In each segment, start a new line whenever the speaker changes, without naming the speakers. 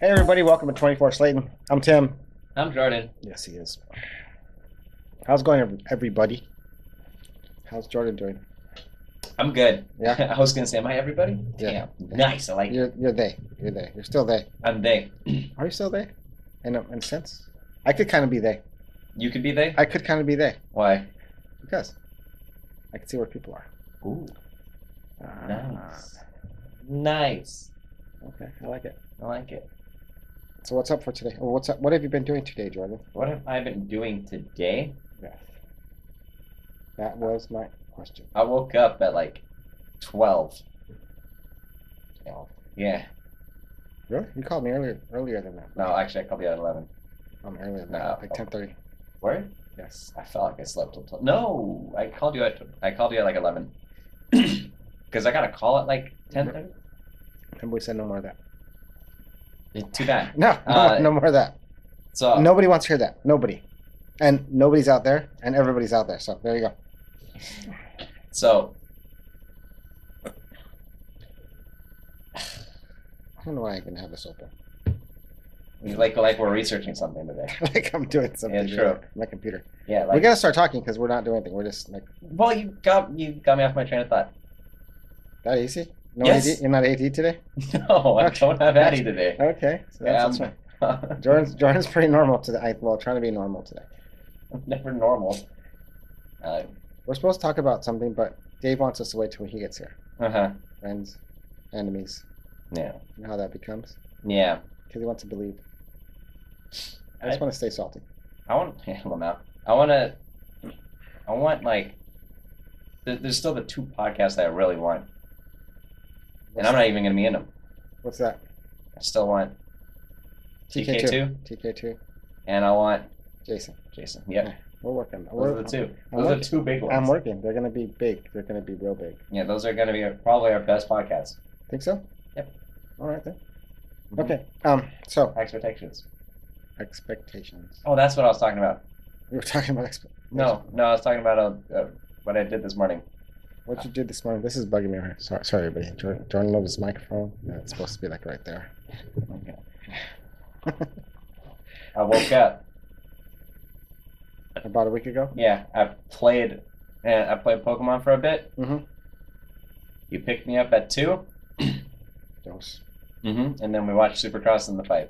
Hey, everybody, welcome to 24 Slayton. I'm Tim.
I'm Jordan.
Yes, he is. How's it going, ev- everybody? How's Jordan doing?
I'm good.
Yeah.
I was gonna say, am I everybody?
Yeah.
Damn. Nice. I like.
You're, you're they. You're they. You're still they.
I'm they.
Are you still they? In a, in a sense? I could kind of be they.
You could be they.
I could kind of be they
Why?
because I can see where people are.
Ooh.
Ah,
Nice. Nice.
Okay, I like it.
I like it.
So what's up for today? Or what's up? What have you been doing today, Jordan?
What have I been doing today?
Yes. That was my question.
I woke up at like twelve. Yeah.
Really? You called me earlier earlier than that.
No, actually, I called you at eleven.
Um, earlier than
No.
that, like ten thirty.
Where?
Yes.
I felt like I slept till twelve. No, I called you at I called you at like eleven. Because I got a call at like ten thirty.
And we said no more of that.
Too bad.
No, no,
Uh, oh.
no more of that.
So
Nobody wants to hear that. Nobody. And nobody's out there, and everybody's out there. So there you go.
so
I don't know why I even have this open.
like like we're researching something today.
like I'm doing something.
Yeah, true.
with My computer.
Yeah.
we
Like,
gotta start talking because we're not doing anything. We're just like
Well, you got you got me off my train of thought.
that easy. No
Yes.
AD. You're not AD today.
No, I don't have Addy today.
Okay. So that's,
Yeah,
that's fine.
I'm-
Jordan's Jordan's pretty normal today. I, well, trying to be normal today.
I'm never normal. Uh
We're supposed to talk about something, but Dave wants us to wait till he gets here.
huh.
Friends, enemies,
uh-huh. Yeah.
and how that becomes
Yeah.
because he wants to believe. I
I,
just want to stay salty.
I want. Yeah, well, now I want to. I want like. There, there's still the two podcasts that I really want, and I'm not even gonna be in them.
What's that?
I still want TK two,
TK two.
and I want
Jason.
Jason. Yep.
We're working.
Those
We're-
are the two.
I'm
Those are
working.
the two big ones.
I'm working. They're gonna be big. They're gonna be real big.
Yeah, those are gonna be our- probably our best podcasts.
Think so?
Yep. Mm-hmm.
All right then. Okay. Um. So
Expectations.
expectations.
Oh, that's what I was talking about.
We were talking about expectations.
No, no, I was talking about uh, uh, what I did this morning.
What you did this morning? This is bugging me. Right. Sorry, sorry, everybody. Jordan, Jordan Love's microphone. Yeah, it's supposed to be like right there.
Okay. I woke up.
About a week ago.
Yeah, I played. Uh, I played Pokemon for a bit.
Mhm.
You picked me up at 2
Dose.
mm-hmm. and then we watched Supercross in the fight.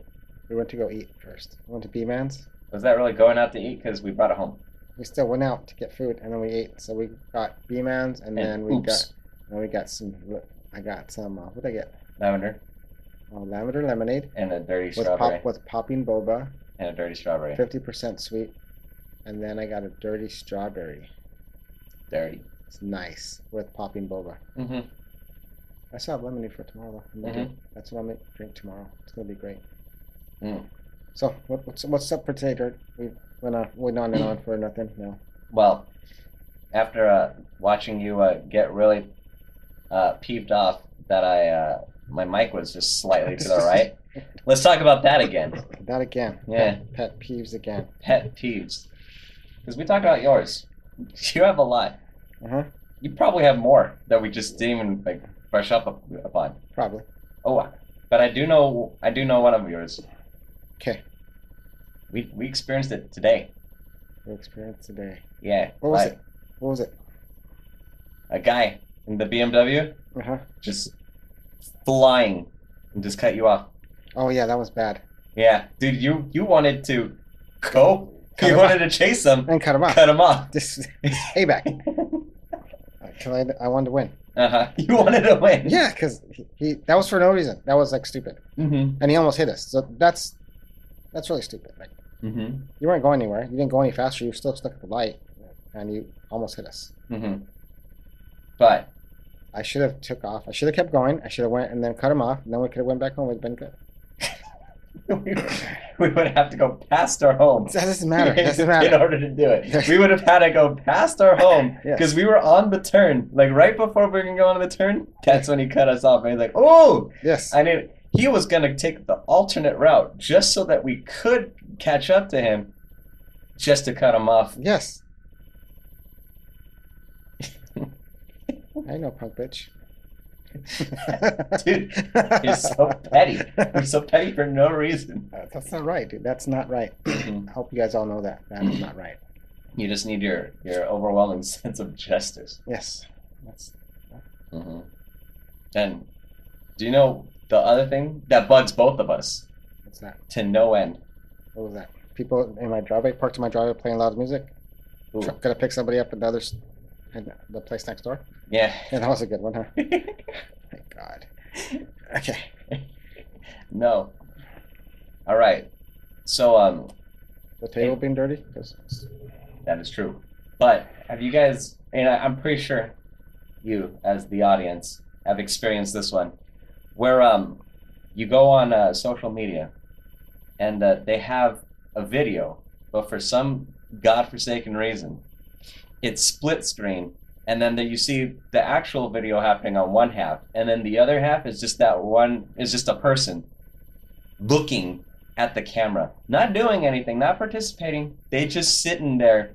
We went to go eat first. We went to B Man's.
Was that really going out to eat? Because we brought it home.
We still went out to get food, and then we ate. So we got B Man's, and,
And
then we
oops.
got, then we got some. I got some. Uh, what did I get?
Lavender
Uh, lavender lemonade
and a dirty
with
strawberry
pop with popping boba.
and a dirty strawberry.
fifty percent sweet, and then I got a dirty strawberry.
Dirty.
It's nice with popping boba.
Mm-hmm.
I still have lemonade for tomorrow. though. I'm gonna do- That's what I'm gonna drink tomorrow. It's gonna be great.
Mm.
So what, what's what's up for today, Dirt? We went on went on and on for nothing. No,
Well, after uh, watching you uh, get really uh, peeved off that I uh, my mic was just slightly to the right, let's talk about that again.
not again.
Yeah.
Pet, pet peeves again.
Pet peeves, because we talked about yours. You have a lot.
Uh huh.
You probably have more that we just didn't even like brush up up- upon.
Probably.
Oh, but I do know I do know one of yours.
Okay.
We we experienced it today.
We experienced today.
Yeah,
What was
like,
it? What was it?
A guy in the BMW
Uh huh.
just flying and just cut you off.
Oh yeah, that was bad.
Yeah, dude, you you wanted to go.
Cut
you
him
wanted to chase them,
And cut him off.
cut him off.
This payback. Cause I, I wanted to win.
Uh-huh. You wanted to win.
Yeah, because he, he that was for no reason. That was like stupid.
Mm-hmm.
and he almost hit us. So that's that's really stupid. Like
Mm-hmm.
you weren't going anywhere. You didn't go any faster. You were still stuck at the light, and you almost hit us.
Mm-hmm. But
I should have took off. I should have kept going. I should have went and then cut him off, and then we could have went back home. We'd been good.
we, we would have to go past our home.
That doesn't matter. That doesn't
In
matter.
order to do it, we would have had to go past our home
Yes.
because we were on the turn. Like right before we were gonna go on the turn, that's when he cut us off. And he's like, "Oh,
Yes.
I need." He was gonna take the alternate route just so that we could catch up to him, just to cut him off.
Yes. I know, punk bitch.
Dude, You're so petty. You're so petty for no reason.
Uh, That's not right, dude. That's not right.
Mhm.
I hope you guys all know that. That is not right.
You just need your your overwhelming sense of justice.
Yes. That's
hmm And do you know the other thing that bugs both of us
that's not.
to no end?
What was that? People in my driveway, parked in my driveway, playing loud music.
Ooh,
Tr- Gonna pick somebody up at the other, s- in the place next door.
yeah.
Yeah, that was a good one, huh? Thank God. Okay.
no. All right. So um,
The table being dirty? 'Cause it's-
That is true. But have you guys, and I, I'm pretty sure you, as the audience, have experienced this one, where um, you go on uh, social media and uh, they have a video, but for some godforsaken reason, it's split screen, and then there you see the actual video happening on one half, and then the other half is just that one, is just a person looking at the camera, not doing anything, not participating. They just sitting there,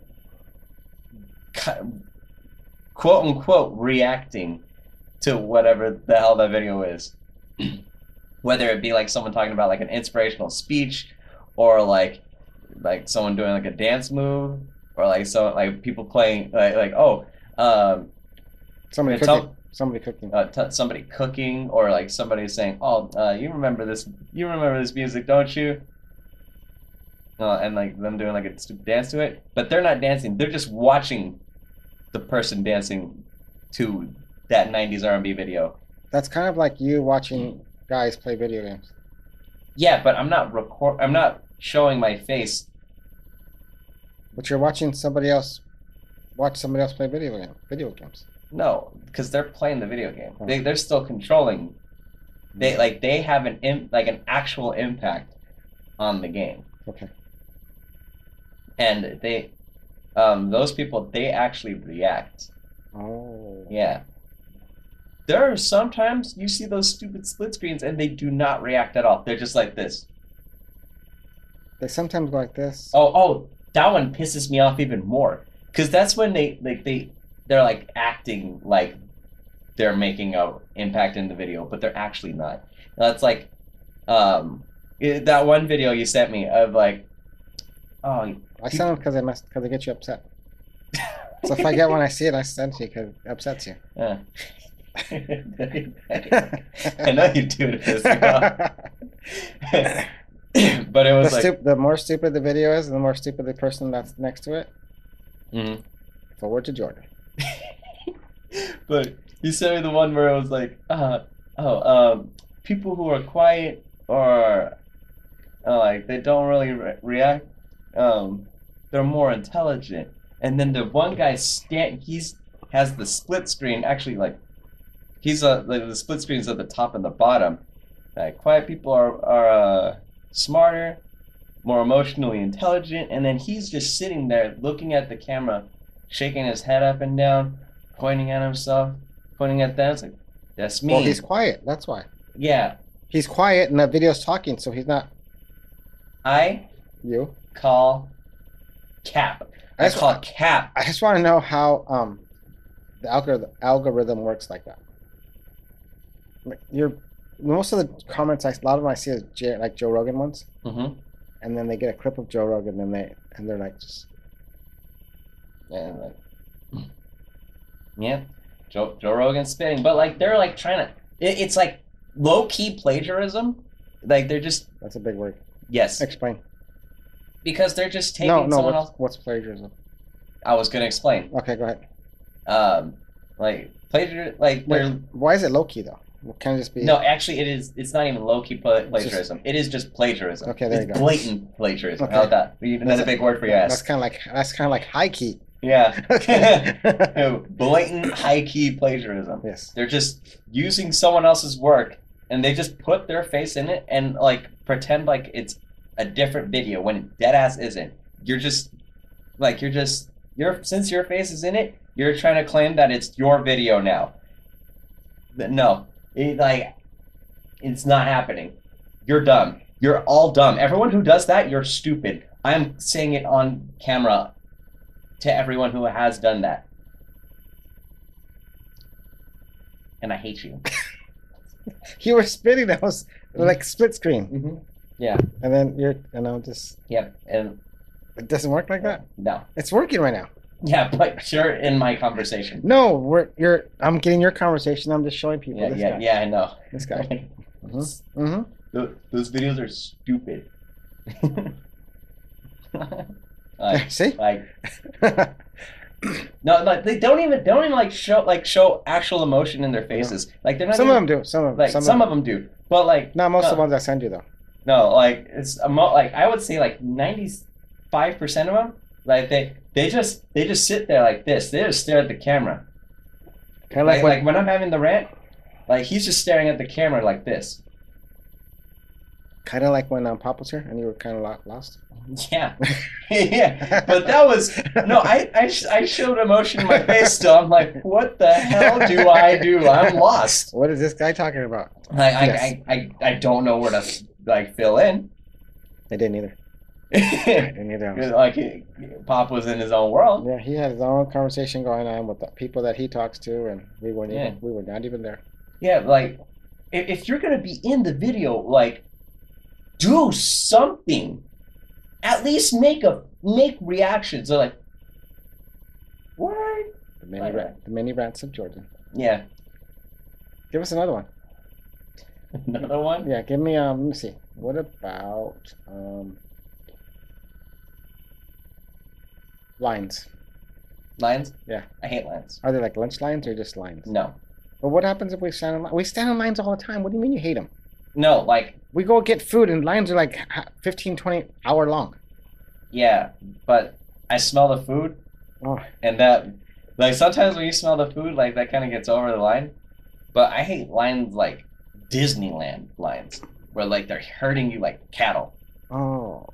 cu- quote unquote, reacting to whatever the hell that video is. Whether it be like someone talking about like an inspirational speech, or like like someone doing like a dance move, or like so like people playing like like oh um,
Somebody
It's
cooking.
all-
Somebody cooking.
uh, t- somebody cooking or like somebody saying, "Oh, uh, you remember this? You remember this music, don't you?" Uh, and like them doing like a stupid dance to it, but they're not dancing. They're just watching the person dancing to that '90s R&B video.
That's kind of like you watching guys play video games.
Yeah, but I'm not record. I'm not showing my face.
But you're watching somebody else watch somebody else play video game video games.
No, because they're playing the video game. They they're still controlling. They like they have an Im- like an actual impact on the game.
Okay.
and they um those people they actually react
Oh.
yeah there are sometimes you see those stupid split screens and they do not react at all they're just like this
They sometimes go like this.
oh oh that one pisses me off even more because that's when they like they they're like acting like they're making a impact in the video but they're actually not that's like um it- that one video you sent me of like oh
I send them because they mess because they get you upset. so if I get one, I see it, I send it to you because it upsets you.
Uh. I know you do it as well. but it
the,
was like,
stup- the more stupid the video is, the more stupid the person that's next to it.
Mhm.
Forward to Jordan.
but you sent me the one where it was like, uh, oh, um, people who are quiet or uh, like they don't really re- react, um, they're more intelligent. And then the one guy stand, he's has the split screen actually like, he's uh, like the split screen's at the top and the bottom. Like quiet people are are uh, smarter, more emotionally intelligent, and then he's just sitting there looking at the camera, shaking his head up and down, pointing at himself, pointing at them. It's like that's me.
Well, he's quiet. That's why
yeah,
he's quiet, and the video's talking, so he's not
I
you.
call cap. I
That's
call cap.
I just want to know how um, the algorithm algorithm works like that. Like, You're most of the comments I a lot of them I see is Jer- like Joe Rogan ones,
hmm
and then they get a clip of Joe Rogan, and they and they're like just
And like, yeah, Joe Joe Rogan spitting, but like they're like trying to. It, it's like low key plagiarism. Like they're just
that's a big word.
yes,
Explain.
because they're just taking
no, no.
someone
What's,
else.
what's plagiarism?
I was gonna explain.
Okay, go ahead.
Um, like plagiar, like
Wait,
they're
why is it low key though? Can it just be
no, actually, it is. It's not even low key pla-
just-
plagiarism. It is just plagiarism.
Okay, there
it's
you go.
Blatant plagiarism.
Okay.
How about that? You- That's,
That's
a big word for your
That's
ass.
kind of like that's kind of like high key.
yeah,
Okay.
blatant high key plagiarism.
yes.
They're just using someone else's work and they just put their face in it and like pretend like it's a different video when it dead ass isn't. You're just like you're just your since your face is in it, you're trying to claim that it's your video now. But no, it, like it's not happening. You're dumb. You're all dumb. Everyone who does that, you're stupid. I'm saying it on camera to everyone who has done that. and I hate you.
You were spinning. That was like split screen,
Mm-hmm.
and then you're, you know, just
Yep. And
it doesn't work like that.
no.
It's working right now.
Yeah, but you're in my conversation.
No, we're you're. I'm getting your conversation. I'm just showing people
Yeah,
this
yeah,
guy.
yeah. I know.
This guy. Mhm. Mm-hmm.
Th- Those videos are stupid. like,
See.
like no, like they don't even don't even like show like show actual emotion in their faces. Like they're not
some of
even,
them do. Some of them.
like some, of uh, them do, but like
Not most of
no.
the ones I send you though.
No, like it's a mo- like I would say like ninety five percent of them, like they they just they just sit there like this. They just stare at the camera.
Kind of
Like
like,
like when I'm having the rant, like he's just staring at the camera like this.
kind of like when um, Pop was here and you were kind of lost.
Yeah, yeah. But that was no. I I, sh- I showed emotion in my face. Still, I'm like, what the hell do I do? I'm lost.
What is this guy talking about?
Like I
Yes.
I, I, I don't know where to like fill in.
I didn't either. I didn't either.
like Pop was in his own world.
Yeah, he had his own conversation going on with the people that he talks to, and we weren't
Yeah.
even we were not even there.
Yeah, like if, if you're gonna be in the video, like do something. At least make a make reactions. They're like, what?
The mini
Right,
rant, the mini rants of Jordan.
Yeah,
Give us another one.
another one.
Yeah, give me um. Let me see. What about um lines?
Lines.
Yeah.
I hate lines.
Are they like lunch lines or just lines?
No,
But what happens if we stand in line? We stand in lines all the time. What do you mean you hate them?
no, like
We go get food and lines are like ha- 15, 20 hour long.
yeah, but I smell the food,
Oh,
and that like sometimes when you smell the food, like that kind of gets over the line. But I hate lines like Disneyland lines, where like they're herding you like cattle.
oh,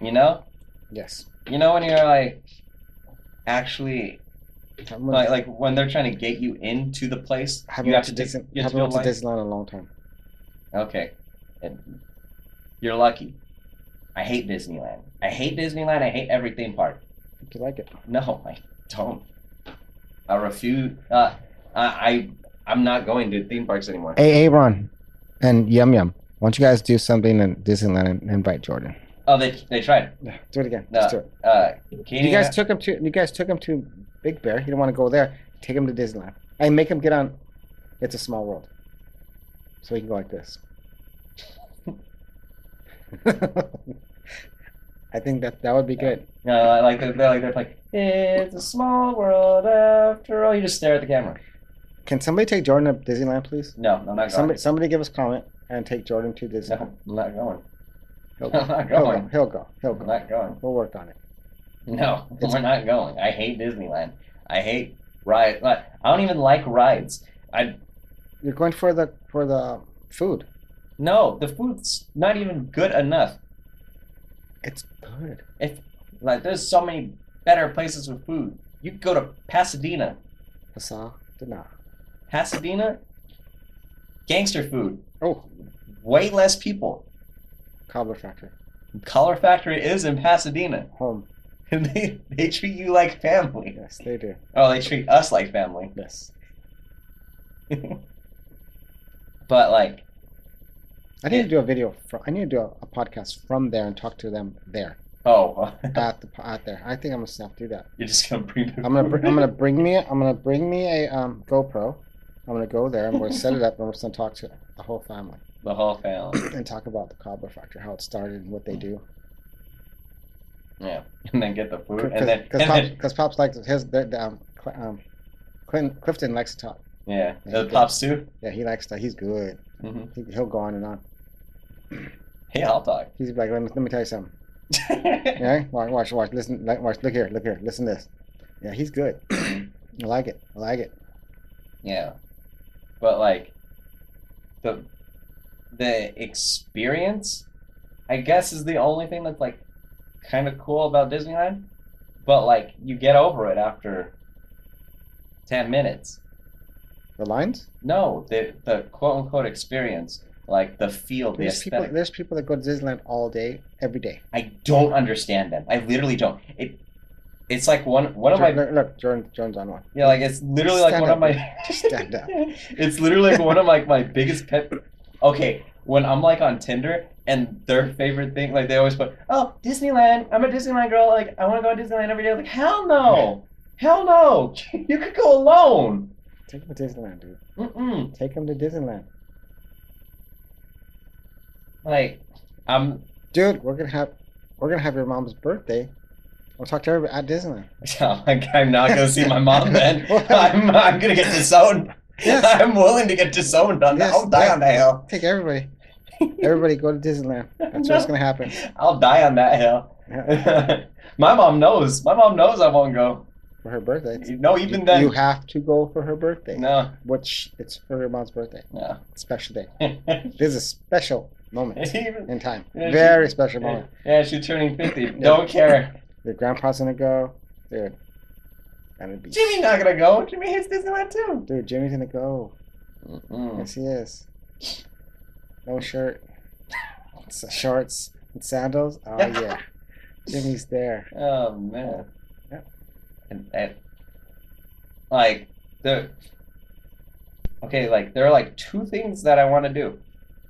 You know.
yes.
You know when you're like actually
I'm gonna-
like like when they're trying to get you into the place,
I haven't
you
been
have
to,
to,
Disney,
take, you have to
haven't been
build
to
lines.
Disneyland in a long time.
Okay, and you're lucky. I hate Disneyland. I hate Disneyland. I hate every theme park.
I think you like it.
No, I don't. I refuse. Uh, I, I I'm not going to theme parks anymore.
Hey, hey, Ron and Yum Yum. Why don't you guys do something in Disneyland and invite Jordan?
Oh, they they tried.
Yeah, do it again.
No.
Just do it.
Uh, Katie,
You guys took him to you guys took him to Big Bear. He didn't want to go there. Take him to Disneyland and make him get on. It's a small world, so he can go like this. I think that that would be good.
no, uh, like they're, they're like they're like it's a small world after all. You just stare at the camera.
Can somebody take Jordan to Disneyland, please?
No, I'm not going.
Somebody, somebody give us a comment and take Jordan to Disneyland.
No, I'm not going.
He'll
I'm not
He'll go.
going.
He'll go. He'll
I'm
go.
not going.
We'll work on it.
No,
It's-
we're not going. I hate Disneyland. I hate rides. I don't even like rides. I
You're going for the for the food.
no, the food's not even good enough.
It's good.
If like there's so many better places with food. You could go to Pasadena.
Pasa Dana.
Pasadena gangster food.
Oh,
Way less people.
cobbler factory.
Color Factory is in Pasadena.
Home.
And they, they treat you like family.
Yes, they do.
Oh, they treat us like family.
Yes.
But like
I need to do a video. From, I need to do a, a podcast from there and talk to them there
oh
at the at there. I think I'm gonna snap do that.
you're just gonna bring the
I'm gonna br-
food.
I'm gonna bring me I'm gonna bring me a um, GoPro. I'm gonna go there. I'm gonna set it up and we're just gonna talk to the whole family
the whole family.
and talk about the cobbler factory, how it started, and what they do.
Yeah, and then get the food, and then,
Because
and
Pops,
then
'cause Pops likes his the, the, um, Cl- um, Clin- Clifton likes to talk.
yeah,
Yeah,
the
you
pop soup.
Yeah, he likes to. He's good.
hmm
He, he'll go on and on.
Hey, I'll talk.
He's like, let me, let me tell you something. Yeah, watch, watch, watch. Listen, like, watch. Look here, look here. Listen to this. Yeah, he's good. I like it. I like it.
yeah, but like the the experience, I guess, is the only thing that's like kind of cool about Disneyland. But like, you get over it after ten minutes.
The lines.
No, the the quote unquote experience, like the feel, the
There's people.
aesthetic.
There's people that go to Disneyland all day, every day.
I don't understand them. I literally don't. It it's like one one of my
Look, look, Jordan, Jordan's on one.
you know, like it's literally like
Stand
one of
up,
my
Stand up.
it's literally like one of like my biggest pet okay when i'm like on tinder and their favorite thing like they always put oh disneyland i'm a disneyland girl like i want to go to disneyland every day like hell no hell no you could go alone
Take him to Disneyland, dude.
Mm-mm.
Take him to Disneyland.
like i'm
Dude, we're gonna have we're gonna have your mom's birthday. We'll talk to her at Disneyland.
like i'm not gonna see my mom then i'm, I'm gonna get disowned
Yes.
i'm willing to get disowned on that
Yes,
i'll die
that-
on that hill
Take everybody. Everybody go to Disneyland. That's what's
No.
gonna happen.
i'll die on that hill
Yeah,
my mom knows my mom knows i won't go
For her birthday.
no even then
you have to go for her birthday.
no
Which it's her mom's birthday.
no
Special day. This is a special moment
Even-
in time.
Yeah, she-
Very special moment.
yeah, she's turning 50. Don't care.
Your grandpa's gonna go. Dude. And it'd be
Jimmy's not gonna go. Jimmy hates Disneyland too.
Dude, Jimmy's gonna go. Yes, he is. No shirt, s- shorts, and sandals. Oh yeah, Jimmy's there.
Oh man.
Yeah.
And, and like there Okay, like there are like two things that I wanna do.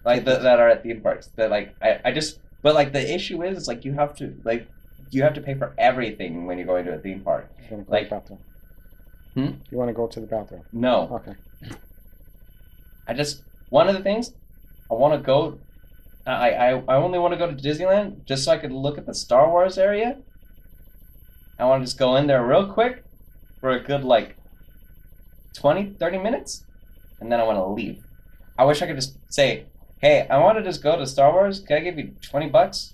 Like that that are at theme parks. That like I, I just but like the issue is it's like you have to like you have to pay for everything when you're going to a theme park.
You wanna go
Like-
to the bathroom?
Hmm?
You want to go to the bathroom?
No.
Okay.
I just one of the things I want to go. I, I I only want to go to Disneyland just so I could look at the Star Wars area. I want to just go in there real quick for a good like 20, 30 minutes, and then I want to leave. I wish I could just say, "Hey, I want to just go to Star Wars. Can I give you twenty bucks,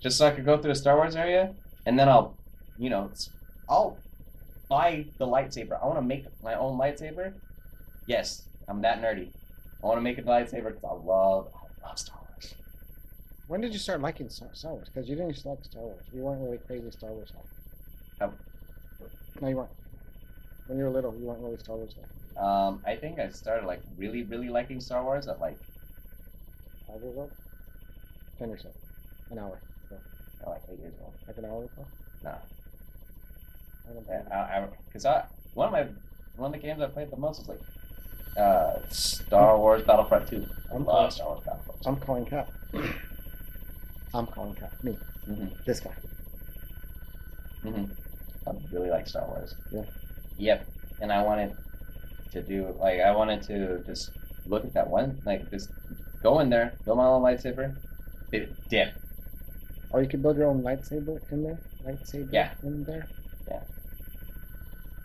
just so I could go through the Star Wars area, and then I'll, you know, it's- I'll buy the lightsaber. I want to make my own lightsaber." Yes, I'm that nerdy. I want to make a lightsaber because I love, I love Star Wars.
When did you start liking Star, Star Wars? Because you didn't just like Star Wars. You weren't really crazy Star Wars. Fan.
Oh.
No, you weren't. When you were little, you weren't really Star Wars. Fan.
Um, I think I started like really, really liking Star Wars at like,
Five years old. Ten years old. An hour.
at, like eight years old.
Like an hour ago.
No,
I don't know.
I because I, one of my one of the games I played the most was like uh, Star Wars Battlefront Two. I
I'm,
love Star Wars Battlefront.
I'm calling Cap. I'm calling Cap. Me.
Mm-hmm.
This guy.
Mm-hmm. I really like Star Wars.
Yeah.
Yep. And I wanted to do like I wanted to just look at that one like just go in there, build my own lightsaber, dip, dip
Or Oh, you could build your own lightsaber in there. Lightsaber
Yeah.
in there.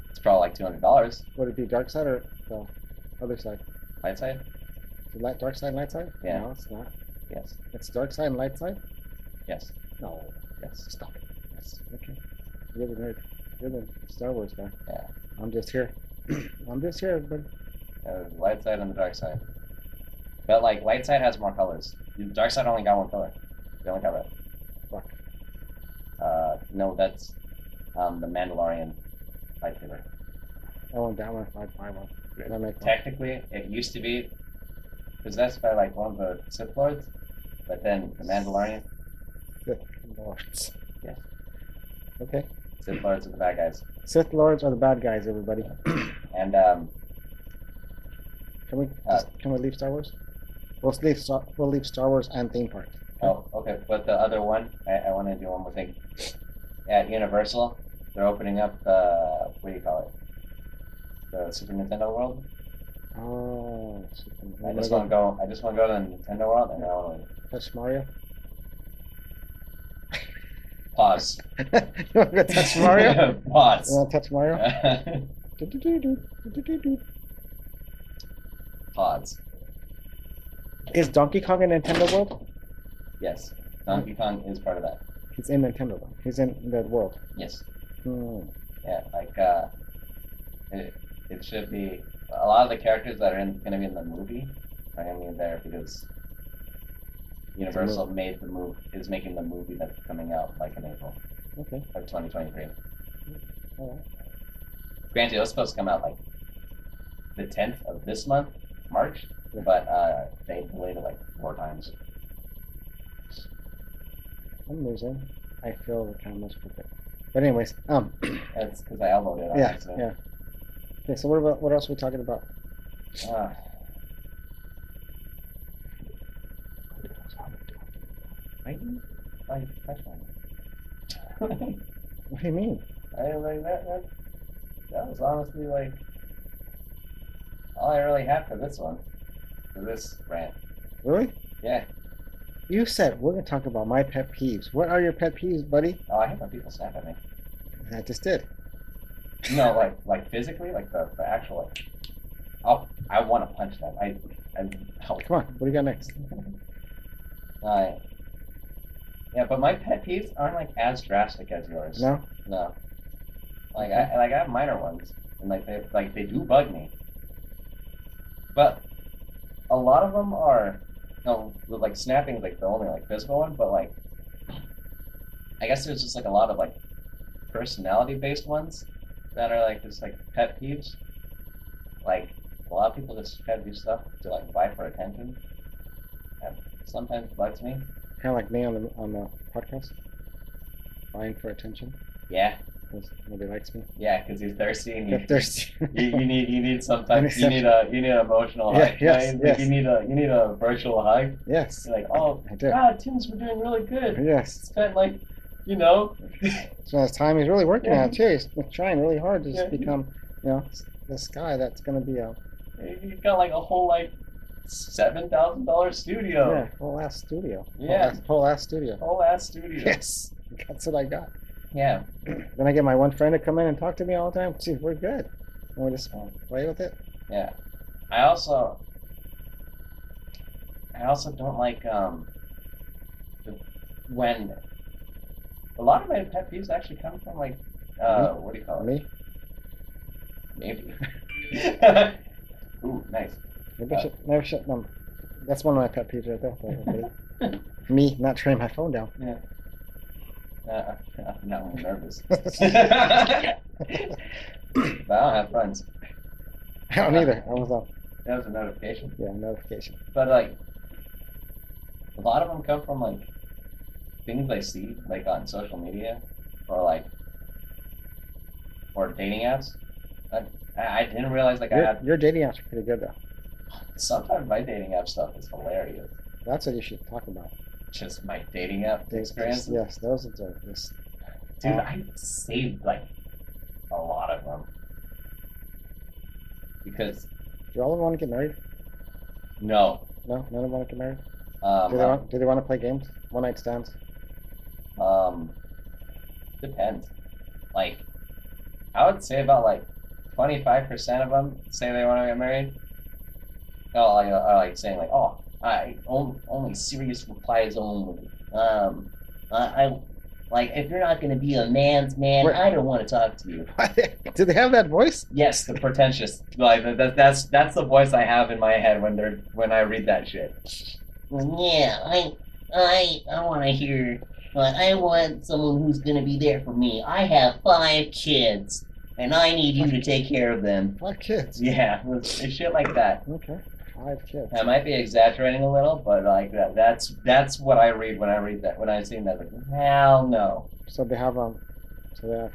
It's probably like two hundred dollars.
Would it be dark side or the other side?
Light side?
Is it light, dark side and light side?
Yeah.
No, it's not.
Yes.
It's dark side and light side?
Yes.
No.
Yes.
Stop it. Yes. Okay. You're the nerd. You're the Star Wars guy.
Yeah.
I'm just here. I'm just here, but
Uh, light side and the dark side. But like light side has more colors. The dark side only got one color. They only got red.
Fuck.
Uh no, that's um the Mandalorian lightsaber.
I want that one if I buy one. Can I make one?
Technically it used to be possessed by like one of the Sith Lords, but then the Mandalorian
Sith Lords.
Yeah.
Okay.
Sith Lords are the bad guys.
Sith Lords are the bad guys, everybody.
And um
Can we
Uh,
just, can we leave Star Wars? We'll leave Star, we'll leave Star Wars and theme park.
Oh, okay. But the other one, I, I want to do one more thing. At Universal, they're opening up the what do you call it? The Super Nintendo World.
Oh, so can-
I
I'm
just
gonna
want to go. I just want to go to the Nintendo World and I want to
go touch Mario.
pause.
you want to touch Mario? you
pause.
want to touch Mario? Do-do-do-do, do-do-do-do.
pause.
Is Donkey Kong in Nintendo World?
Yes. Donkey Kong is part of that.
He's in Nintendo World. He's in the world.
Yes.
Hmm.
Yeah. Like uh, it, it should be a lot of the characters that are in, gonna be in the movie are gonna be in there because Universal made the move is making the movie that's coming out like in April.
Okay.
of 2023.
All right.
Granted, it was supposed to come out like the 10th of this month, March,
Yeah.
but uh, they delayed it like four times.
I'm losing. I feel the cameras crooked. But anyways, um,
That's because I elbowed it. on
yeah,
accident.
yeah. Okay, so what about what else are we talking about?
Ah. Right? Like, that's fine.
What do you mean?
I like that, that. That was honestly like all I really had for this one, for this rant.
Really?
Yeah.
You said we're gonna talk about my pet peeves. What are your pet peeves, buddy?
Oh, I hate when people snap at me.
I just did.
No, like like physically, like the, the actual like. Oh, I want to punch them. I I oh, help.
Come on, what do you got next?
Uh, yeah, but my pet peeves aren't like as drastic as yours.
No?
No. Like I like I have minor ones, and like they like they do bug me. But a lot of them are no with, like snapping is like the only like physical one, but like I guess there's just like a lot of like personality based ones that are like just like pet peeves. Like a lot of people just try to do stuff to like vie for attention. That sometimes bugs me.
Kind of like me on the on the podcast, vying for attention
Yeah,
because nobody likes me.
yeah, because he's thirsty and you
Get thirsty.
You, you need you need sometimes you
An
need a you need an emotional
Yeah,
hug.
yes,
right?
yes.
Like you need a you need a virtual hug.
yes,
You're like, oh
I do.
God, Tim's we're doing really good.
Yes.
Spent like you know
So it's time he's really working
Yeah.
on it too. He's been trying really hard to just
Yeah.
become, you know, s- this guy that's gonna be a
you got like a whole like seven thousand dollar studio.
yeah, whole ass studio.
Oh. Yeah. Oh,
Whole ass, whole ass studio.
Whole ass studio.
Yes. That's what I got.
Yeah.
Then I get my one friend to come in and talk to me all the time. See, we're good. And we just um, play with it.
Yeah. I also I also don't like um the, when a lot of my pet peeves actually come from like uh
Mm-hmm.
what do you call it?
Me?
Maybe. Ooh, nice.
Maybe
Uh.
should, maybe should, um, that's one of my pet peeves right there. for everybody. me not turning my phone down.
Uh, now I'm nervous. but I don't have friends.
I don't either. I was on
That was a notification.
yeah notification.
But like, a lot of them come from like things I see like on social media or like or dating apps. Like, I, I didn't realize like uh, I
Your,
had
your dating apps are pretty good though.
sometimes my dating app stuff is hilarious.
That's what you should talk about.
Just my dating app
Dating-
experiences.
Yes, those are the just
Dude,
Uh,
I saved like a lot of them because
Do all of them want to get married?
no,
No, none of them want to get married.
um,
Do they want? Do they want to play games? One night stands.
um, depends. Like, I would say about like twenty five percent of them say they want to get married. Oh, like, are like saying like, oh, I only, only serious replies only. Um, I, I like if you're not gonna be a man's man,
Wait.
I don't want to talk to you.
do they have that voice?
Yes, the pretentious. Like that, that, that's that's the voice I have in my head when they're when I read that shit.
Yeah, I, I, I want to hear, but I want someone who's gonna be there for me. I have five kids, and I need you to take care of them.
Five kids.
Yeah, it's, it's shit like that.
Okay, five kids.
I might be exaggerating a little, but like that, that's that's what I read when I read that when I seen that. Like hell no.
So they have um. So they have.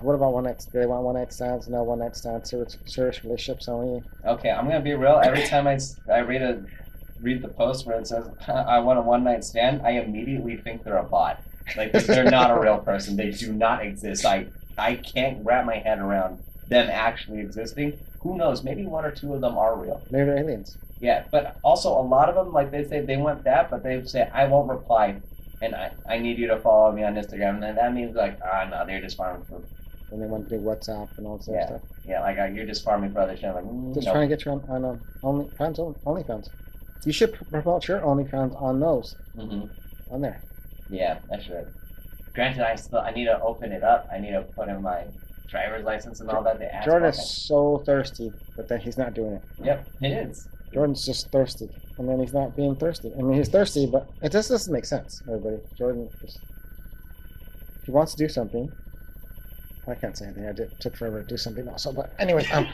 What about one night? Do they want one night stands? No one night stands. Serious, serious relationships only.
Okay, I'm gonna be real. Every time I, s- I read a read the post where it says I want a one night stand, I immediately think they're a bot. Like they're not a real person. They do not exist. I I can't wrap my head around them actually existing. Who knows? Maybe one or two of them are real.
Maybe they're aliens.
Yeah, but also a lot of them, like they say, they want that, but they say I won't reply, and I, I need you to follow me on Instagram. And then that means like ah no, they're just farming for
And they want to do WhatsApp and all this other
Yeah.
stuff.
yeah like uh, you're just farming for other shit. I'm like mm,
Just
nope.
trying to get you on, on um, OnlyFans. on- OnlyFans. You should pr- promote your OnlyFans on those
Mhm.
on there.
Yeah, I should. Granted, I still I need to open it up. I need to put in my driver's license and all that. They ask.
Jordan
for
is so thirsty, but then he's not doing it.
it. Yep, it is.
Jordan's just thirsty, and then he's not being thirsty. I mean, he's thirsty, but it just doesn't make sense. Everybody, Jordan just he wants to do something. I can't say anything. I did took forever to do something also, but anyway, um,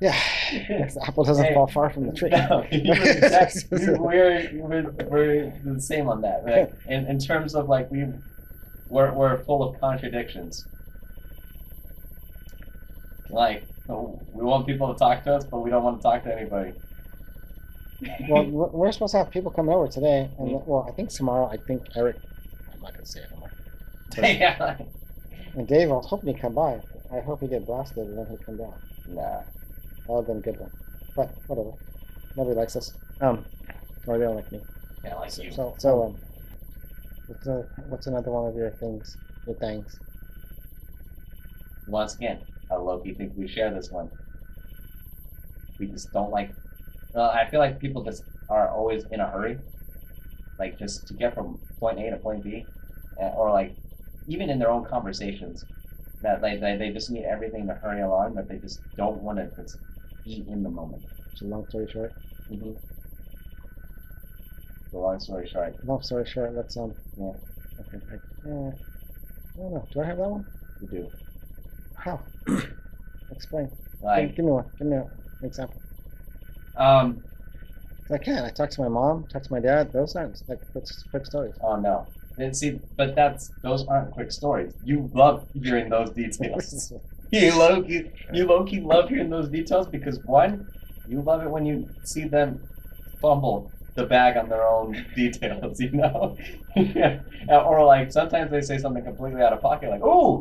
yeah, yes, the apple doesn't
Hey.
fall far from the tree.
No, you were exact- you- we're, we're, we're the same on that, right? In, in terms of like we We're, we're full of contradictions. Like, we want people to talk to us, but we don't want to talk to anybody.
Well, we're we're supposed to have people coming over today, and
Mm.
well, I think tomorrow. I think Eric. I'm not gonna say it anymore.
yeah, like,
And Dave, I was hoping he'd come by. I hope he get blasted and then he'd come down.
nah.
That would have been a good one. But whatever. Nobody likes us. Um, or they don't like me.
Yeah, like
So,
you.
so, so um, what's, another, what's another one of your things? Your things?
Once again, I low-key think we share this one. We just don't like. Well, I feel like people just are always in a hurry, like just to get from point A to point B, uh, or like even in their own conversations, that like they, they just need everything to hurry along, but they just don't want to just be in the moment.
So long story short.
Mm-hmm. The long story short,
Long story short, let's um.
Yeah.
Okay. I, yeah. I don't know. Do I have that one?
we do
How? Explain. Give-
like
give me one. Give me an example.
um
'Cause I can't. I talked to my mom. Talked to my dad. Those aren't like quick, quick stories.
oh no. And see, but that's those aren't quick stories. You love hearing those details. you low key, you low key love hearing those details because one, you love it when you see them fumble the bag on their own details, you know, or like sometimes they say something completely out of pocket, like "ooh,"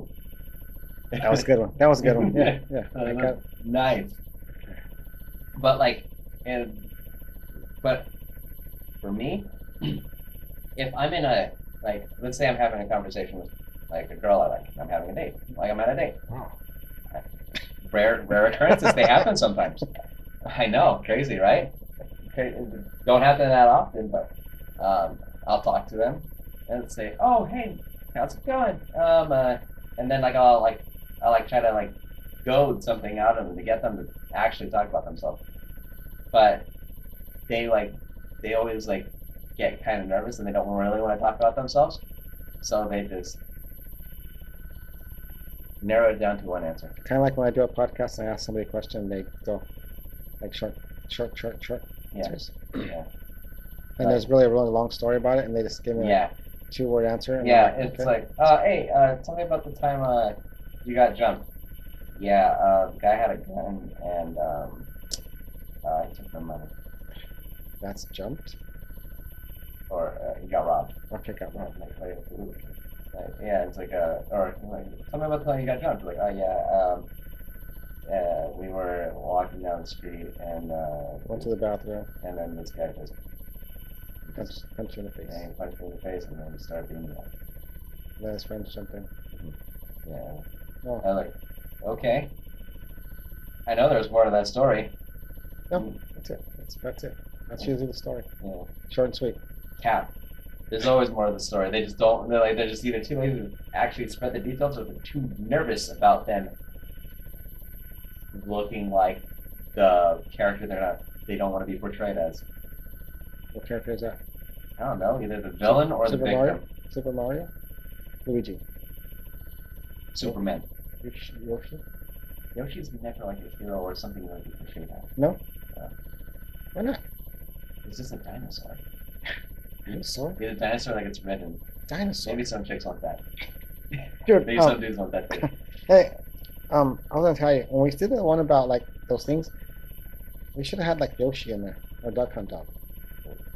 that was a good one. That was a good one. Yeah. uh, Yeah.
Uh-huh.
I got,
Uh, nice. But like, and but for me, if I'm in a like, let's say I'm having a conversation with like a girl I like, I'm having a date, like I'm at a date.
wow.
rare rare occurrences. they happen sometimes. I know, crazy, right? Cra- Don't happen that often, but um, I'll talk to them and say, "Oh, hey, how's it going?" Um, uh, and then like I'll like I will like try to like goad something out of them to get them to actually talk about themselves, but they like they always like get kind of nervous and they don't really want to talk about themselves, so they just narrow it down to one answer.
Kind of like when I do a podcast and I ask somebody a question, they go like short, short, short, short
Yeah.
answers.
Yeah.
And there's really a really long story about it, and they just give me
Yeah.
a two word answer. And I'm
Yeah, it's
okay.
like, uh, hey, uh, tell me about the time uh, you got jumped. Yeah, uh, the guy had a gun and um, uh, he took my money,
that's jumped.
or uh, he got robbed.
Okay, got
Like,
one.
like, ooh. Like, yeah, it's like, uh, or like, tell me about the time you got jumped. Like, oh yeah, um, uh, we were walking down the street and uh,
Went to the bathroom,
and then this guy just
punched, punched you in the face.
and he punched me in the face and then he started beating me. up.
Then his friends jumped in.
Yeah.
Oh.
I was like, okay. I know there's more to that story.
No, that's it. That's, that's it. That's usually the story.
hmm. Yeah.
Short and sweet.
cap. There's always more to the story. They just don't. They're like they're just either too lazy to actually spread the details, or they're too nervous about them looking like the character they're not. They don't want to be portrayed as.
What character is that?
I don't know, either the villain or the
Super
victim.
Mario? Super Mario? Luigi?
Superman.
Yoshi? Yoshi?
Yoshi's never like a hero or something like be portrayed as.
Why not?
He's just a dinosaur.
Dinosaur?
He's a dinosaur that gets ridden.
Dinosaur?
Maybe some chicks want that.
Dude,
Maybe
um,
some dudes want that too.
Hey, um, I was gonna tell you when we did the one about like those things, we should have had like Yoshi in there or Duck Hunt Dog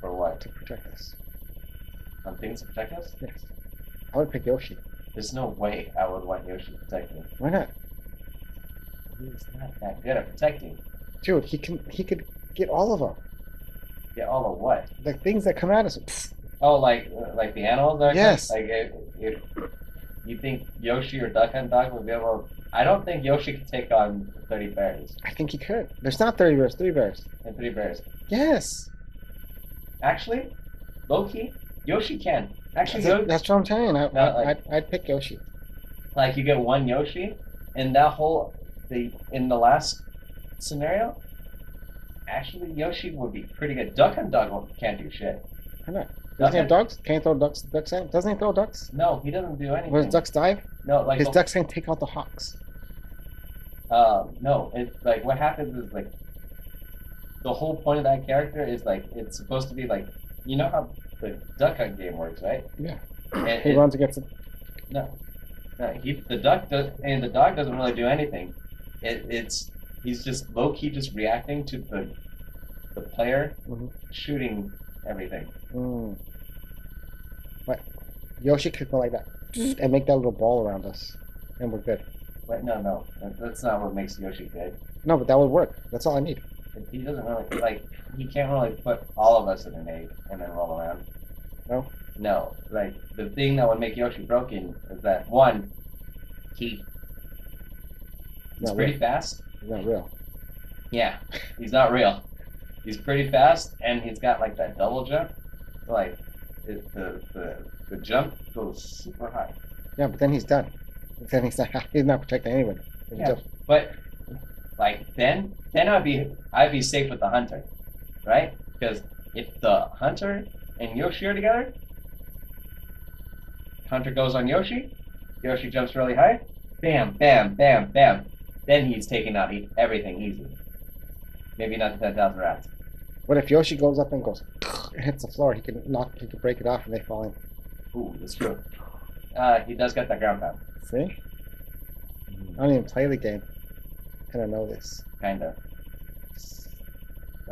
For what?
to protect us.
Some things to protect us?
Yes, I would pick Yoshi.
There's no way I would want Yoshi to protect me.
Why not,
He's not that good at protecting.
dude? He can he could get all of them.
Get all of what?
The things that come at us. Pfft.
Oh, like like the animals? Are
Yes.
Like if, if you think Yoshi or Duck Hunt Dog would be able? I don't think Yoshi could take on thirty bears
I think he could. There's not thirty bears. Three bears.
and three bears.
Yes.
Actually, Loki, Yoshi can. Actually,
That's,
Yo-
that's what I'm saying. I,
Not like-
I, I'd, I'd pick Yoshi.
like you get one Yoshi, and that whole the in the last scenario, actually Yoshi would be pretty good. Duck Hunt Dog can't do shit.
Why not? Doesn't he have ducks? Can't throw ducks. Ducks at him? Doesn't he throw ducks?
No, he doesn't do anything.
When his ducks dive,
no, like
his
the-
ducks can take out the hawks.
Um, no, it's like what happens is like the whole point of that character is like it's supposed to be like you know how the Duck Hunt game works, right?
Yeah.
And
He
it-
runs against the
No, no. He the duck does, and the dog doesn't really do anything. It, it's he's just low key just reacting to the the player
Mhm.
shooting everything.
Mm. What? Yoshi could go like that and make that little ball around us, and we're good.
But no, no, that, that's not what makes Yoshi good.
No, but that would work. That's all I need.
He doesn't really like. He can't really put all of us in an egg and then roll around.
No?
No, like the thing that would make Yoshi broken is that one, he he's
Not
pretty
real.
fast.
Not real.
Yeah, he's not real. He's pretty fast, and he's got like that double jump. Like it, the the the jump goes super high.
Yeah, but then he's done. Then he's not. He's not protecting anyone. He's
Yeah.
just-
But like then then I'd be I'd be safe with the hunter, right? Because if the hunter and Yoshi are together, hunter goes on Yoshi, Yoshi jumps really high, bam, bam, bam, bam. Then he's taking out e- everything easily. Maybe not the ten thousand rats.
What if Yoshi goes up and goes and hits the floor? He can knock. He can break it off, and they fall in.
Ooh, that's true. Uh, he does get that ground pound,
See?
Mm.
I don't even play the game, and I know this.
kind of.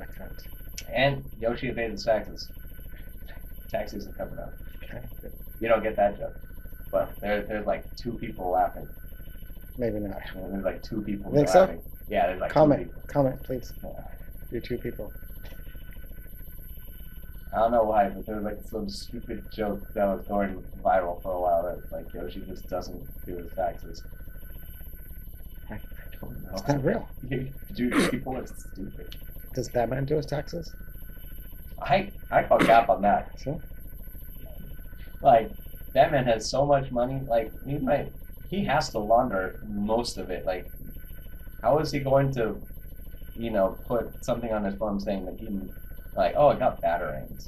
I can't.
And Yoshi evaded his taxes. Taxes are coming up.
Okay. good.
You don't get that joke. But there, there's like two people laughing.
Maybe not.
There's like two people
Think so?
laughing. Yeah, there's like two
comment.
people.
Comment, please.
Yeah.
You two people.
I don't know why, but there's like some stupid joke that was going viral for a while that like Yoshi just doesn't do his taxes.
I
don't know.
It's not real.
Dude, people are stupid.
Does Batman do his taxes?
I I call cap on that.
Sure.
like Batman has so much money, like he might he has to launder most of it. Like how is he going to, you know, put something on his phone saying that he like, oh I got batarangs.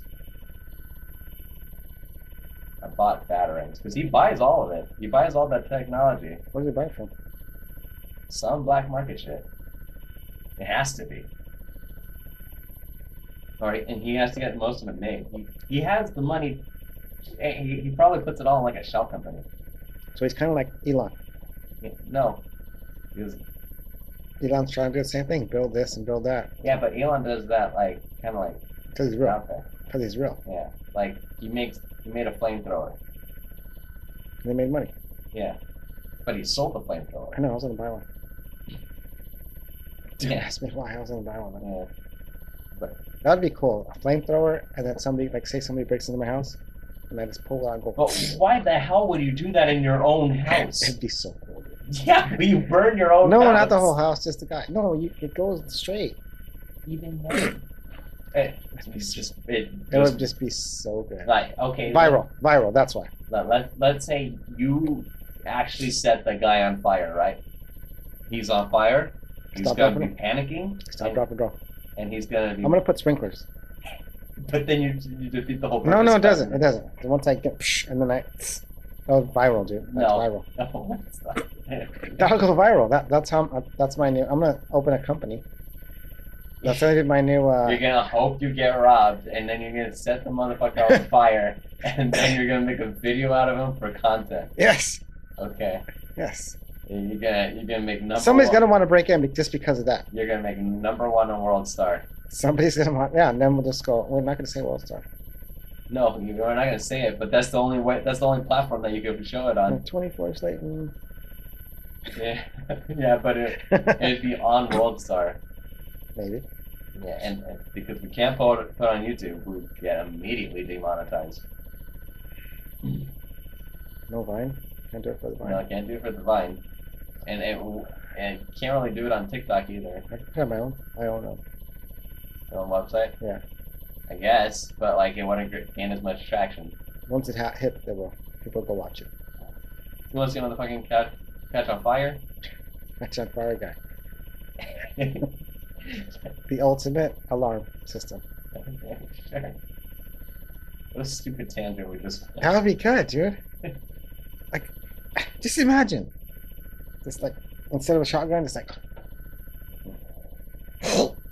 I bought batarangs. Because he buys all of it. He buys all that technology.
Where does he buy it from?
Some black market shit. It has to be. Alright, and he has to get most of it made. He, he has the money. and He, he probably puts it all in like a shell company.
So he's kind of like Elon.
Yeah, No. Because-
Elon's trying to do the same thing: build this and build that,
yeah, but Elon does that like kind of like
because he's real.
out there.
Because he's real.
Yeah, like he makes he made a flamethrower.
And they made money.
Yeah, but he sold the flamethrower.
I know. I was gonna buy one. Don't
Yeah.
ask me why I was gonna buy one.
yeah.
That'd be cool. A flamethrower, and then somebody, like, say somebody breaks into my house, and I just pull it out and go.
But why the hell would you do that in your own house?
It'd be so cool. dude.
yeah, you burn your own.
no,
house.
not the whole house, just the guy. No, you, it goes straight.
Even then, it, it's just it
It
just
would just be so good.
like okay
Viral, viral. That's why.
Let, let, let's say you actually set the guy on fire, right? He's on fire. He's
Stop
gonna be
happening.
panicking,
Stop,
and,
drop, and go.
and he's gonna be.
I'm gonna put sprinklers.
But then you, you defeat the whole.
No,
purpose
no,
of
it doesn't. It
that.
doesn't. Once I get, psh, and then I. That was viral, dude. That's
No.
viral.
No, it's not.
That'll go viral. That, that's how. I'm, that's my new. I'm gonna open a company. That's gonna be my new. Uh,
You're gonna hope you get robbed, and then you're gonna set the motherfucker on fire, and then you're gonna make a video out of him for content.
yes,
Okay,
yes.
And you're gonna you're gonna make number.
Somebody's
one,
gonna want to break in be- just because of that.
You're gonna make number one on World Star.
Somebody's gonna want. Yeah, and then we'll just go. We're not gonna say World Star.
No, you're not gonna say it, but that's the only way. That's the only platform that you can show it on.
24 Slayton.
Yeah, yeah, but it, it'd be on World Star.
Maybe.
Yeah, and, and because we can't put it put on YouTube, we get immediately demonetized.
No Vine. Can't do it for the
You know, I
Vine.
can't do it for the Vine, and it and can't really do it on TikTok either.
I can put on my own. I own them.
Your own website.
Yeah.
I guess, but like it wouldn't gr- gain as much traction.
Once it ha- hit, they will. People go watch it.
You want to see another fucking catch catch on fire?
That's on fire guy. The ultimate alarm system.
sure. What a stupid tangent we just.
That would be good, dude. Like, just imagine. Just like, instead of a shotgun, it's like,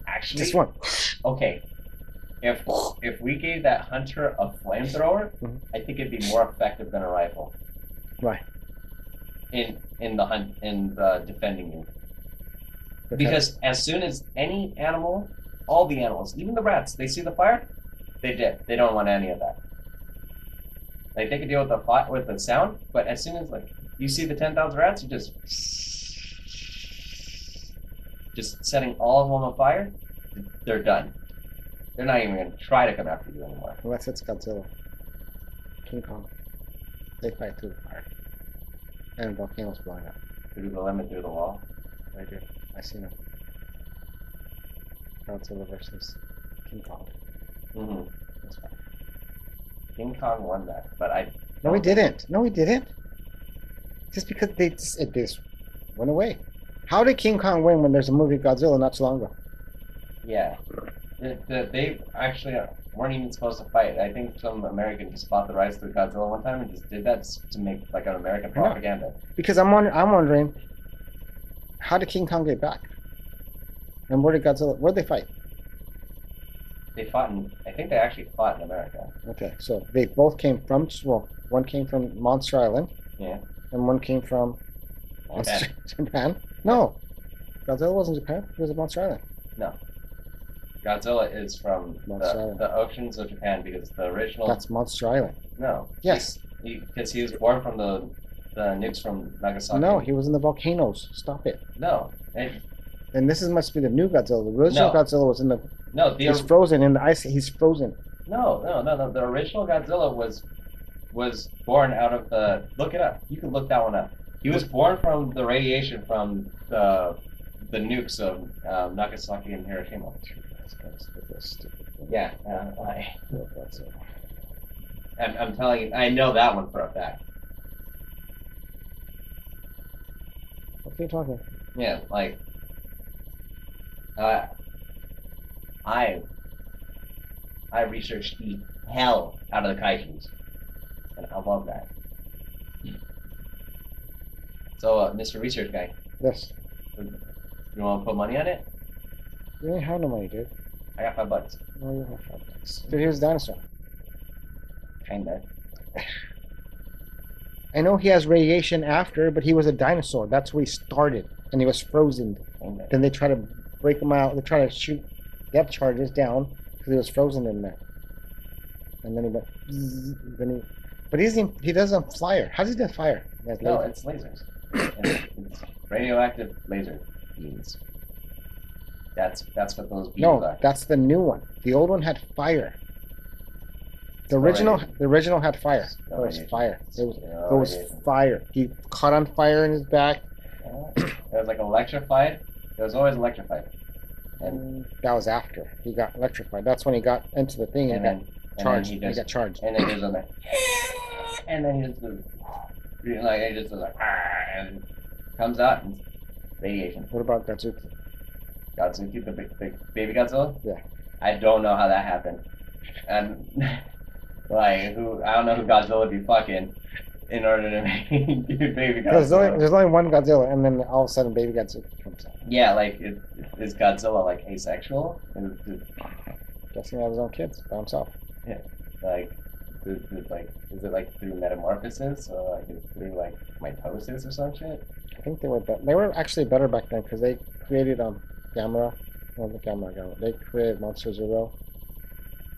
Actually,
just one.
okay. If if we gave that hunter a flamethrower,
Mhm.
I think it'd be more effective than a rifle.
Why?
in in the hunt in the defending you because as soon as any animal, all the animals, even the rats, they see the fire, they dip. They don't want any of that. Like they can deal with the fi with the sound, but as soon as like you see the ten thousand rats, you just just setting all of them on fire, they're done. They're not even gonna try to come after you anymore.
Unless it's Godzilla, King Kong, they fight through the fire, and volcanoes blowing up.
Through the limit, through the wall.
They do. I see them. Godzilla versus King Kong.
Mm-hmm.
That's fine.
King Kong won that, but I
No, we didn't. No, we didn't. Just because they just, it just went away. How did King Kong win when there's a movie Godzilla not so long ago?
Yeah. The, the, they actually weren't even supposed to fight. I think some American just bought the rights to Godzilla one time and just did that just to make like an American
know.
propaganda.
Because I'm wonder, I'm wondering, how did King Kong get back? And where did Godzilla? Where would they fight?
They fought in, I think they actually fought in America.
Okay, so they both came from well, one came from Monster Island.
Yeah.
And one came from Monster Japan. No, Godzilla wasn't Japan. He was at Monster Island.
Godzilla is from the,
Monster.
the oceans of Japan because the original
That's Monster Island.
no
Yes.
because he, was born from the the nukes from Nagasaki.
No, he was in the volcanoes. Stop it.
no, It-
And this is must be the new Godzilla. The original
No.
Godzilla was in the.
no the
He's frozen in the ice. He's frozen.
No, no, no, no. The original Godzilla was was born out of the. Look it up. You can look that one up. He was born from the radiation from the the nukes of um, Nagasaki and Hiroshima. Yeah, uh, I, I'm, I'm telling you, I know that one for a fact.
What are you talking?
Yeah, like, uh, I I researched the hell out of the kaijus, and I love that. So, uh, Mr. Research Guy,
Yes.
You want to put money on it?
You ain't have no money, dude.
I got five bucks.
No, you have five bucks. Dude, he was a dinosaur.
Kinda.
I know he has radiation after, but he was a dinosaur. That's where he started, and he was frozen.
Kinda.
Then they try to break him out. They try to shoot depth charges down because he was frozen in there. And then he went. bzzz, Then he, but he's in, he doesn't fire. How does he do fire? That's
No,
laser.
it's lasers. It's, it's radioactive laser beams. That's that's what those beams
no,
are.
that's the new one. The old one had fire. The original, the original had fire. It
No
was
radiation.
fire. It was,
No
it was
radiation.
fire. He caught on fire in his back.
It was like electrified. It was always electrified. And
That was after he got electrified. That's when he got into the thing
and
and,
then
got
and then
charged.
he
He,
just
got charged.
and then he was on there. And then he just goes, you know, like he just goes like "Ah," and comes out and radiation.
What about Gatsuki?
Godzuki, the big, big baby Godzilla.
Yeah.
I don't know how that happened, and like who I don't know who Godzilla would be fucking in order to make baby
There's only,
Godzilla.
there's only one Godzilla, and then all of a sudden, baby Gatsuki comes out.
Yeah, like is, is Godzilla like asexual? Is, is,
Guess he has his own kids by himself.
like is, is, like is it like through metamorphosis or like is it through like mitosis or some shit?
I think they were be- they were actually better back then because they created um Gamera, well the Gamera, Gamera. They created Monster Zero.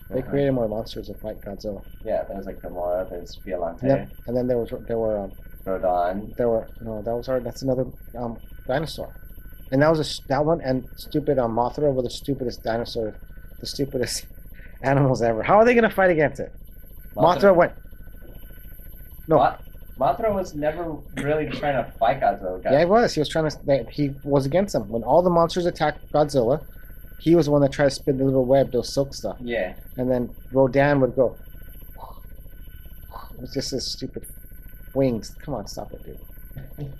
They
Uh-huh.
created more monsters to fight Godzilla.
Yeah, there's like Gamora, there's Violante,
Yep. And then there was there were um,
Rodan.
there were no that was our that's another um dinosaur, and that was a s- that one and stupid um Mothra were the stupidest dinosaur, the stupidest animals ever. How are they gonna fight against it? Mothra went. No,
Moth- Mothra was never really trying to fight Godzilla.
Yeah, he was. He was trying to. that- He was against them when all the monsters attacked Godzilla. He was the one that tried to spin the little web, those silk stuff,
yeah.
and then Rodan would go. It was just his stupid wings. Come on, stop it, dude.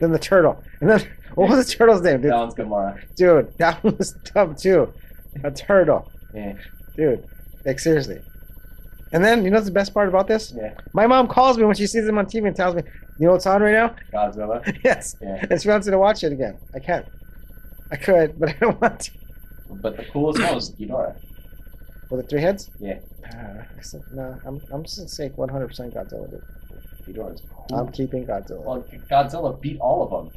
then the turtle, and then what was the turtle's name, dude?
That one's Gamora.
Dude, that one was dumb too. A turtle,
Yeah.
dude. Like seriously. And then you know what's the best part about this?
Yeah.
My mom calls me when she sees him on TV and tells me, "You know what's on right now?
Godzilla.
yes,
Yeah.
and she wants me to watch it again. I can't. I could, but I don't want to.
But the coolest one was Ghidorah.
With the three heads?
Yeah.
Uh, I said, no, I'm, I'm just gonna say 100% Godzilla, dude.
Ghidorah's cool.
I'm keeping Godzilla.
well, Godzilla beat all of them,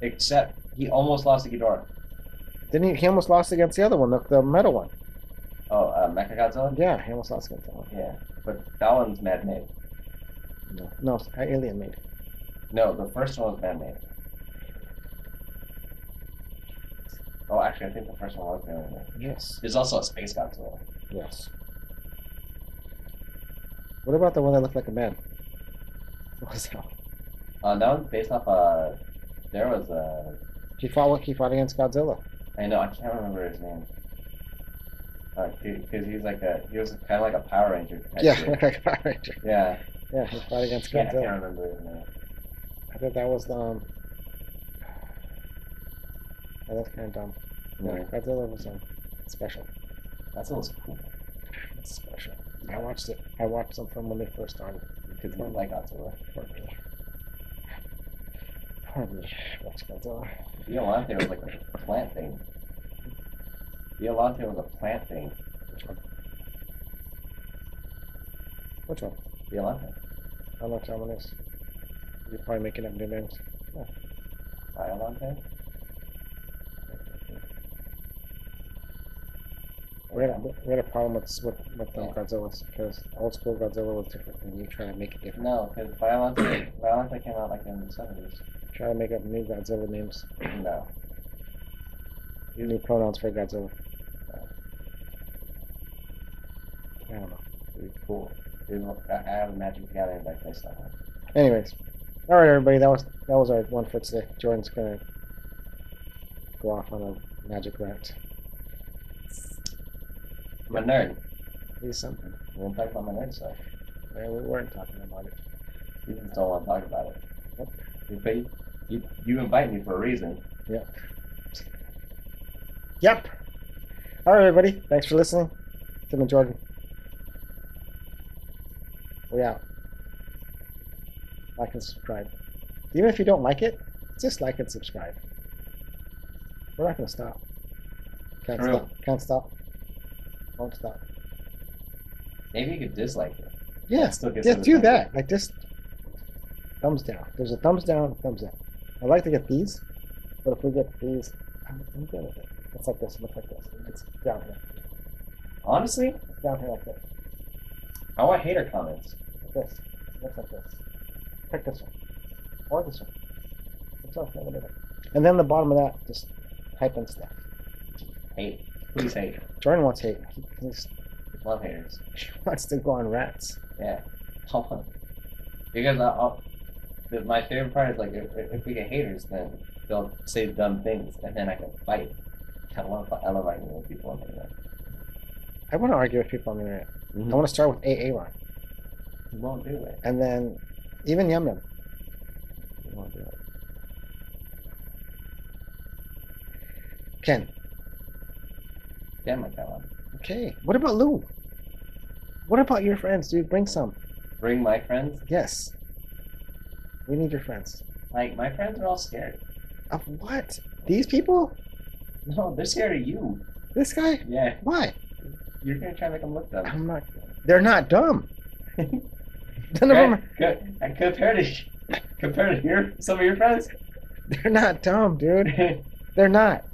except he almost lost to Ghidorah.
Didn't he? He almost lost against the other one, the, the metal one.
Oh, uh, Mechagodzilla?
Yeah, he almost lost against that one.
Yeah, but that one's man-made.
No, no, Alien made. it.
No, the first one was man-made. Oh, actually, I think the first one was man-made.
Yes,
There's also a space Godzilla.
yes. What about the one that looked like a man? What was that? one?
Uh, that one's based off a. There was a.
He fought. He fought against Godzilla.
I know I can't remember his name. Because he's like a he was kind of like a Power Ranger. type
Yeah,
dude.
looked like a Power Ranger.
yeah.
Yeah, he fought against
Yeah, I
Godzilla.
can't remember his name.
I thought that was um. Yeah, that's kind of dumb. Yeah,
Yeah.
Godzilla was um, special.
That's what was cool
It's special. I watched it. I watched them from when they first started.
because we like Godzilla.
For me. For me. Watch Godzilla.
Violante was like a plant thing. Violante was a plant thing.
Which one? Which one?
Violante.
I don't know which one it is. You're probably making up new names.
Violante.
We had a, we had a problem with with, with um, Godzilla's because old school Godzilla was different, and you try to make it different.
No, because Violante Violante came out like in the seventies.
Try to make up new Godzilla names,
No.
new pronouns for Godzilla. Uh, I don't know.
It was cool. It was, I I have a Magic the Gathering deck based on it.
Anyways, all right, everybody. That was that was our one for today. Jordan's gonna go off on a magic rant.
I'm a nerd.
He's something.
We're gonna talk about my nerd stuff.
Yeah, we weren't talking about it.
You just don't want to talk about it.
Yep.
You, but you, you, you invite me for a reason.
Yep. All right, everybody. Thanks for listening. Tim and Jordan. We out. Like and subscribe. Even if you don't like it, just like and subscribe. We're not gonna stop. Can't
True.
stop. Can't stop. Won't stop.
Maybe you could dislike it.
Yeah.
Still get
Just
some
do
attention.
that. Like just thumbs down. There's a thumbs down, thumbs up. I'd like to get these, but if we get these, I'm, I'm good with it. It's like this. It looks like this. It's down here.
Honestly,
It's down here like this.
I want hater comments.
Like this. It looks like this. Pick this one, or this one. It's okay, whatever. And then the bottom of that, just type in stuff.
Hate. Please hate.
Jordan wants hate. He, he just
Love haters.
wants to go on rats.
Yeah. I want- because I, I'll, the, my favorite part is like if, if we get haters, then they'll say dumb things, and then I can fight. I love I love arguing with people on the internet.
I want to argue with people on the internet. I
Mhm.
want to start with AA Ron,
You won't do it.
and then even Yum Yum.
You won't do it.
Ken.
Damn like that one.
Okay. What about Lou? What about your friends, dude? Bring some.
Bring my friends.
Yes. We need your friends.
Like my friends are all scared.
Of what? These people?
No, they're scared of you.
This guy?
Yeah.
Why?
You're gonna try to make them look dumb.
I'm not. They're not dumb. None of them.
Right?
Are,
Co- and compared to compared to your some of your friends.
they're not dumb, dude.
I
They're not.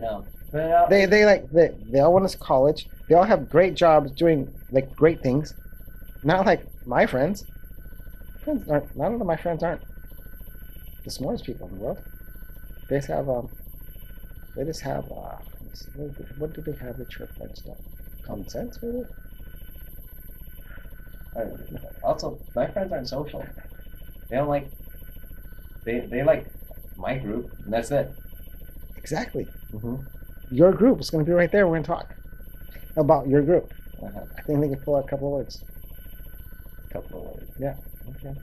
know. But, uh,
They they like they, they all went to college. They all have great jobs doing like great things. Not like my friends. Friends aren't. None of my friends aren't the smartest people in the world. They just have um. They just have uh. let's see, What do- what do they have that your friends don't? Common sense, maybe.
also, my friends aren't social. They don't like. They they like my group, and that's it.
Exactly.
Mm-hmm.
Your group is going to be right there. We're going to talk about your group.
Uh-huh.
I think they can pull out a couple of words.
A couple of words.
Yeah.
Okay.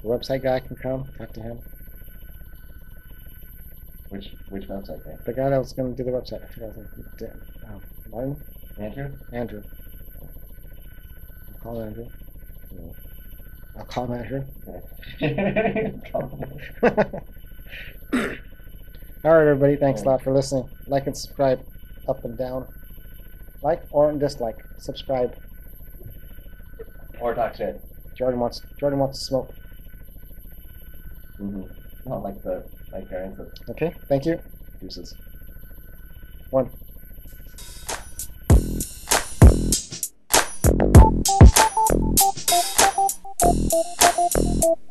The website guy can come talk to him.
Which which website? There?
The guy that was going to do the website, I forgot his name. Dan- Um, Martin.
Andrew.
Andrew. I'll call Andrew. I'll call Andrew. All right, everybody. Thanks a lot for listening. Like and subscribe, up and down. Like or dislike. Subscribe.
or talk shit.
Jordan wants Jordan wants to smoke.
Mm-hmm. Not like the like our input
Okay, thank you.
uses.
One.
Thank you.